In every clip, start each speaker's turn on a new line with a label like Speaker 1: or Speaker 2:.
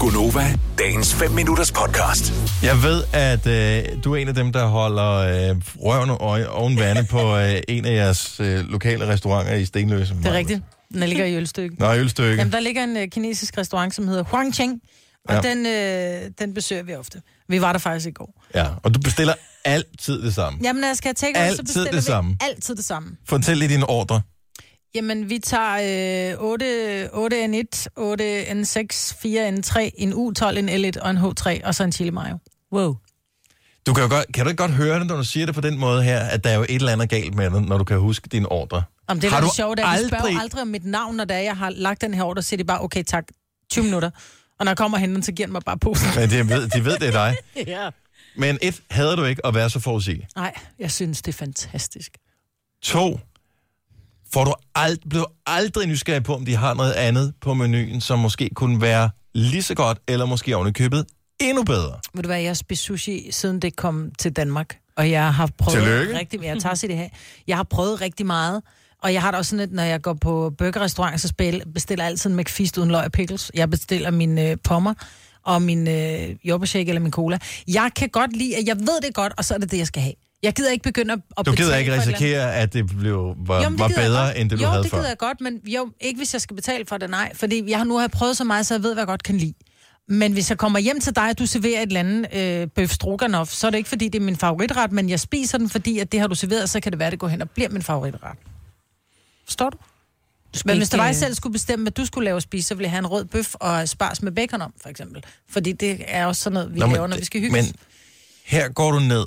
Speaker 1: Gunova, dagens 5 minutters podcast.
Speaker 2: Jeg ved, at øh, du er en af dem, der holder øh, røven og øje oven vande på øh, en af jeres øh, lokale restauranter i Stenløse.
Speaker 3: Det er rigtigt. Den ligger i Ølstykke.
Speaker 2: Nå, ølstykke.
Speaker 3: Jamen, der ligger en øh, kinesisk restaurant, som hedder Huangcheng, og
Speaker 2: Ja.
Speaker 3: ja. den, øh, den besøger vi ofte. Vi var der faktisk i går.
Speaker 2: Ja, og du bestiller altid det samme.
Speaker 3: Jamen, når jeg skal have takeaway, så
Speaker 2: Altid
Speaker 3: bestiller
Speaker 2: det
Speaker 3: vi
Speaker 2: samme.
Speaker 3: altid det samme.
Speaker 2: Fortæl lige dine ordre.
Speaker 3: Jamen, vi tager øh, 8, 8N1, 8N6, 4N3, en U12, en L1 og en H3, og så en chili mayo. Wow.
Speaker 2: Du kan, jo godt, kan du ikke godt høre det, når du siger det på den måde her, at der er jo et eller andet galt med det, når du kan huske dine ordre?
Speaker 3: Jamen, det er
Speaker 2: Har
Speaker 3: da
Speaker 2: du
Speaker 3: det sjovt, at aldrig...
Speaker 2: aldrig-
Speaker 3: de spørger jo aldrig om mit navn, når det er, jeg har lagt den her ordre, så siger de bare, okay, tak, 20 minutter. Og når jeg kommer og henter den, så giver den mig bare posen.
Speaker 2: Men de ved, de ved det er dig.
Speaker 3: ja.
Speaker 2: Men et, hader du ikke at være så forudsigelig.
Speaker 3: Nej, jeg synes, det er fantastisk.
Speaker 2: To, får du ald, blev aldrig nysgerrig på, om de har noget andet på menuen, som måske kunne være lige så godt, eller måske ovenikøbet endnu bedre.
Speaker 3: Ved du hvad, jeg har spist sushi, siden det kom til Danmark. Og jeg har prøvet
Speaker 2: Tillykke.
Speaker 3: rigtig meget. Jeg tager sig det her. Jeg har prøvet rigtig meget. Og jeg har det også sådan lidt, når jeg går på burgerrestaurant, så spil- bestiller jeg altid en McFeast uden løg og pickles. Jeg bestiller min øh, pommer og min øh, jordbærshake eller min cola. Jeg kan godt lide, at jeg ved det godt, og så er det det, jeg skal have. Jeg gider ikke begynde at, at
Speaker 2: Du gider
Speaker 3: betale
Speaker 2: ikke
Speaker 3: for et eller andet.
Speaker 2: risikere, at det blev, var,
Speaker 3: Jo,
Speaker 2: jo, det
Speaker 3: men det
Speaker 2: var
Speaker 3: gider jeg
Speaker 2: bedre,
Speaker 3: godt.
Speaker 2: end det du
Speaker 3: jo,
Speaker 2: havde
Speaker 3: det
Speaker 2: før.
Speaker 3: gider jeg godt, men jo, ikke hvis jeg skal betale for det, nej. Fordi jeg har nu har jeg prøvet så meget, så jeg ved, hvad jeg godt kan lide. Men hvis jeg kommer hjem til dig, og du serverer et eller andet øh, bøf stroganoff, så er det ikke, fordi det er min favoritret, men jeg spiser den, fordi at det har du serveret, så kan det være, at det går hen og bliver min favoritret. Forstår du? Men hvis det var, jeg selv skulle bestemme, hvad du skulle lave og spise, så ville jeg have en rød bøf og spars med bacon om, for eksempel. Fordi det er også sådan noget, vi Nå, laver, når vi skal hygge.
Speaker 2: Men her går du ned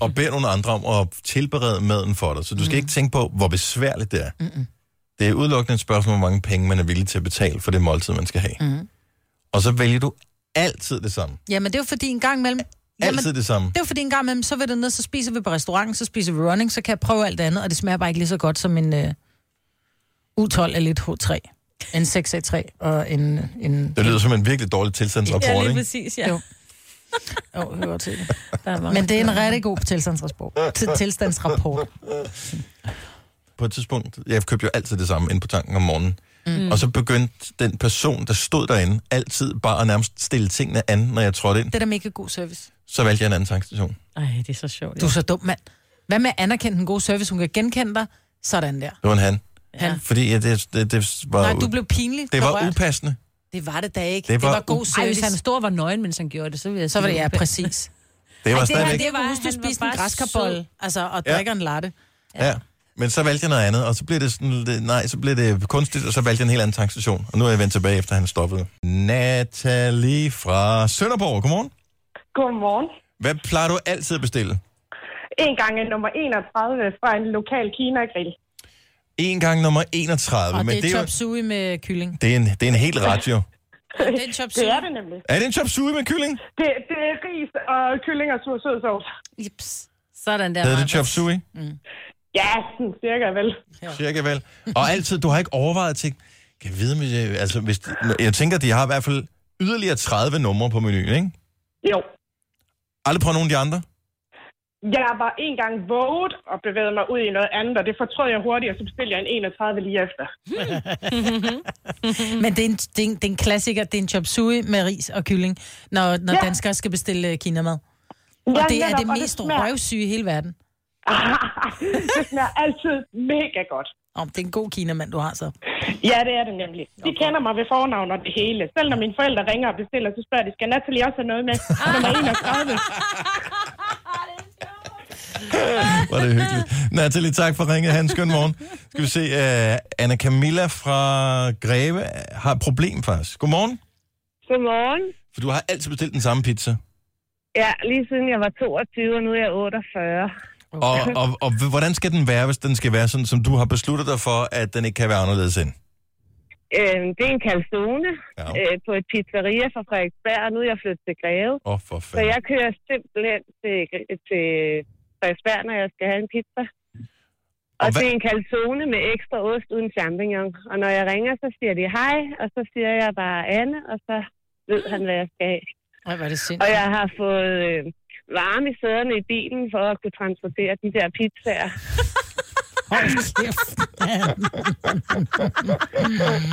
Speaker 2: og beder nogle andre om at tilberede maden for dig, så du skal mm. ikke tænke på, hvor besværligt det er. Mm-mm. Det er udelukkende et spørgsmål, hvor mange penge man er villig til at betale for det måltid, man skal have. Mm. Og så vælger du altid det samme.
Speaker 3: Jamen, det er jo fordi en gang imellem...
Speaker 2: Altid
Speaker 3: Jamen,
Speaker 2: det samme.
Speaker 3: Det er jo fordi en gang imellem, så vil det ned, så spiser vi på restauranten, så spiser vi running, så kan jeg prøve alt andet, og det smager bare ikke lige så godt som en øh, U12 eller et H3. En 6A3 og en... en
Speaker 2: Det lyder som en virkelig dårlig
Speaker 4: Ja,
Speaker 2: tilstandsrapport,
Speaker 4: lige
Speaker 2: ikke?
Speaker 4: præcis, ja.
Speaker 3: Jo. Åh, oh, hører til det.
Speaker 4: Der er mange.
Speaker 3: Men det er en rigtig god tilstandsrapport. Til- tilstandsrapport.
Speaker 2: På et tidspunkt, jeg købte jo altid det samme ind på tanken om morgenen, mm. og så begyndte den person, der stod derinde, altid bare at nærmest stille tingene an, når jeg trådte ind.
Speaker 3: Det er da mega god service.
Speaker 2: Så valgte jeg en anden tankstation.
Speaker 4: Ej, det er så sjovt.
Speaker 3: Du
Speaker 4: Ja.
Speaker 3: er så dum, mand. Hvad med at anerkende den gode service? Hun kan genkende dig. Sådan der.
Speaker 2: Det var en han.
Speaker 3: Han.
Speaker 2: Fordi ja, det, det, det var...
Speaker 3: Nej, du blev pinlig.
Speaker 2: Det var
Speaker 3: berørt.
Speaker 2: upassende.
Speaker 3: det var det da ikke.
Speaker 2: Det
Speaker 3: Det var,
Speaker 2: var
Speaker 3: det var god
Speaker 4: Ej,
Speaker 3: service.
Speaker 4: hvis han stod og var nøgen, mens han gjorde det, så ville jeg
Speaker 3: så var det,
Speaker 4: sige,
Speaker 3: ja, præcis.
Speaker 2: Det var Ej,
Speaker 4: Ej,
Speaker 2: stadigvæk...
Speaker 3: Men
Speaker 2: Det
Speaker 3: det var,
Speaker 4: var-
Speaker 3: huske, du
Speaker 4: han var
Speaker 3: spiste en
Speaker 4: bare
Speaker 3: græskarbold,
Speaker 4: sød.
Speaker 3: altså, og
Speaker 2: Ja.
Speaker 3: drikker ja. en latte.
Speaker 2: var... ja. Men så valgte jeg noget andet, og så blev det sådan, lidt- nej, så blev det kunstigt, og så valgte jeg en helt anden tankstation. Og nu er jeg vendt tilbage, efter han stoppede. Natalie fra Sønderborg, godmorgen.
Speaker 5: Godmorgen.
Speaker 2: Hvad plejer du altid at bestille?
Speaker 5: En gang er nummer 31 fra en lokal kinagrill.
Speaker 2: En gang nummer 31,
Speaker 3: Og
Speaker 2: men
Speaker 3: det er
Speaker 2: jo,
Speaker 3: chop suey med kylling.
Speaker 2: det, er en, det er en helt radio.
Speaker 3: Det er en chop
Speaker 5: Det
Speaker 3: suey.
Speaker 5: er det nemlig.
Speaker 2: Er det en chop suey med kylling?
Speaker 5: Det, det er ris og kylling og sur sødsovs.
Speaker 4: Ips. Sådan der.
Speaker 2: Hedder det
Speaker 4: Maja.
Speaker 2: chop suey?
Speaker 5: Ja, sådan cirka vel.
Speaker 2: Cirka vel. Og altid, du har ikke overvejet at tænke, kan jeg vide, om jeg- altså, hvis, jeg tænker, de har i hvert fald yderligere 30 numre på menuen, ikke?
Speaker 5: Jo.
Speaker 2: Aldrig prøvet nogen af de andre?
Speaker 5: Jeg var en gang våget og bevægede mig ud i noget andet, og det fortrød jeg hurtigt, og så bestilte jeg en 31 lige efter. Mm.
Speaker 3: Men det er, en, det, er en, det er en klassiker, det er en chop suey med ris og kylling, når, når ja.
Speaker 5: Ja.
Speaker 3: danskere skal bestille øh, kinamad. Og
Speaker 5: Ja,
Speaker 3: det er
Speaker 5: netop,
Speaker 3: det
Speaker 5: og
Speaker 3: mest
Speaker 5: smager-
Speaker 3: røvsyge i hele verden.
Speaker 5: det smager altid mega godt.
Speaker 3: Om det er en god kinamand, du har så.
Speaker 5: Ja, det er det nemlig. De kender mig ved fornavn og det hele. Selv når mine forældre ringer og bestiller, så spørger de, skal Natalie også have noget med? Nummer 31.
Speaker 2: Var det hyggeligt. Natalie, tak for ringet. Hans, skøn morgen. Skal vi se, uh, Anna Camilla fra Greve har et problem faktisk. Godmorgen.
Speaker 6: Godmorgen.
Speaker 2: For du har altid bestilt den samme pizza.
Speaker 6: Ja, lige siden jeg var 22, og nu er jeg 48.
Speaker 2: Og, og, og h- hvordan skal den være, hvis den skal være sådan, som du har besluttet dig for, at den ikke kan være anderledes end?
Speaker 6: Øhm, det er en calzone
Speaker 2: Ja.
Speaker 6: øh, på et pizzeria fra Frederiksberg, og nu er jeg flyttet til Greve.
Speaker 2: Åh, oh, for
Speaker 6: Så
Speaker 2: fanden.
Speaker 6: jeg kører simpelthen til, til Frederiksberg, når jeg skal have en pizza. Og,
Speaker 2: Og
Speaker 6: og
Speaker 2: hvad-
Speaker 6: det er en calzone med ekstra ost uden champignon. Og når jeg ringer, så siger de hej, og så siger jeg bare Anne, og så ved han, hvad jeg skal have.
Speaker 3: Ej, hvor er det
Speaker 6: Og
Speaker 3: sindssygt.
Speaker 6: jeg har fået øh, varme i sæderne i bilen for at kunne transportere de der pizzaer.
Speaker 3: Hold kæft.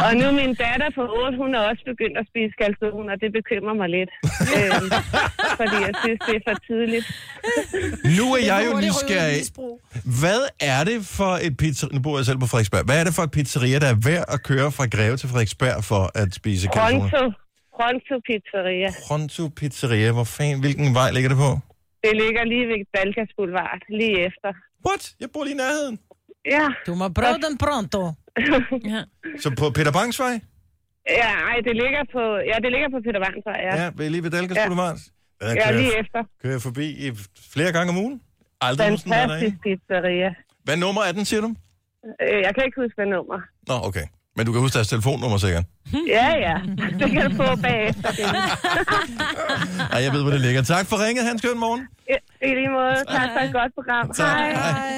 Speaker 6: Og nu er min datter på 8, hun er også begyndt at spise kalsoner, og det bekymrer mig lidt. øhm, fordi jeg synes, det er for tidligt.
Speaker 2: Nu er jeg jo
Speaker 3: Hurtigt ryger
Speaker 2: nysgerrig.
Speaker 3: misbrug.
Speaker 2: Hvad er det for et pizzeria... Nu bor jeg selv på Frederiksberg. Hvad er det for et pizzeria, der er værd at køre fra Greve til Frederiksberg for at spise kalsoner?
Speaker 6: Pronto. Pronto Pizzeria.
Speaker 2: Pronto Pizzeria. Hvor fanden, hvilken vej ligger det på?
Speaker 6: Det ligger lige ved Balkas Boulevard, lige efter.
Speaker 2: What? Jeg bor lige i nærheden.
Speaker 6: Ja,
Speaker 3: Du må prøve den pronto.
Speaker 4: Ja.
Speaker 2: Så på Peter Bangs vej?
Speaker 6: ja ej, det ligger på, ja, det ligger på Peter Vang, ja.
Speaker 2: Ja, ved- lige ved Dalgas
Speaker 6: Ja.
Speaker 2: Boulevard. Der
Speaker 6: Ja,
Speaker 2: kører,
Speaker 6: lige efter.
Speaker 2: kører jeg forbi i flere gange om ugen. Aldrig nogensinde været derinde.
Speaker 6: Fantastisk pizzeria.
Speaker 2: Hvad nummer er den, siger du?
Speaker 6: Øh, Jeg kan ikke huske, hvad nummer.
Speaker 2: Nå, okay. Men du kan huske deres telefonnummer sikkert.
Speaker 6: Ja, ja. Det kan du få bagefter.
Speaker 2: Ej, jeg ved, hvor det ligger. Tak for ringet, Hans. Skøn morgen.
Speaker 6: Ja, I lige måde. Tak for et godt program. Hej.
Speaker 3: Hej.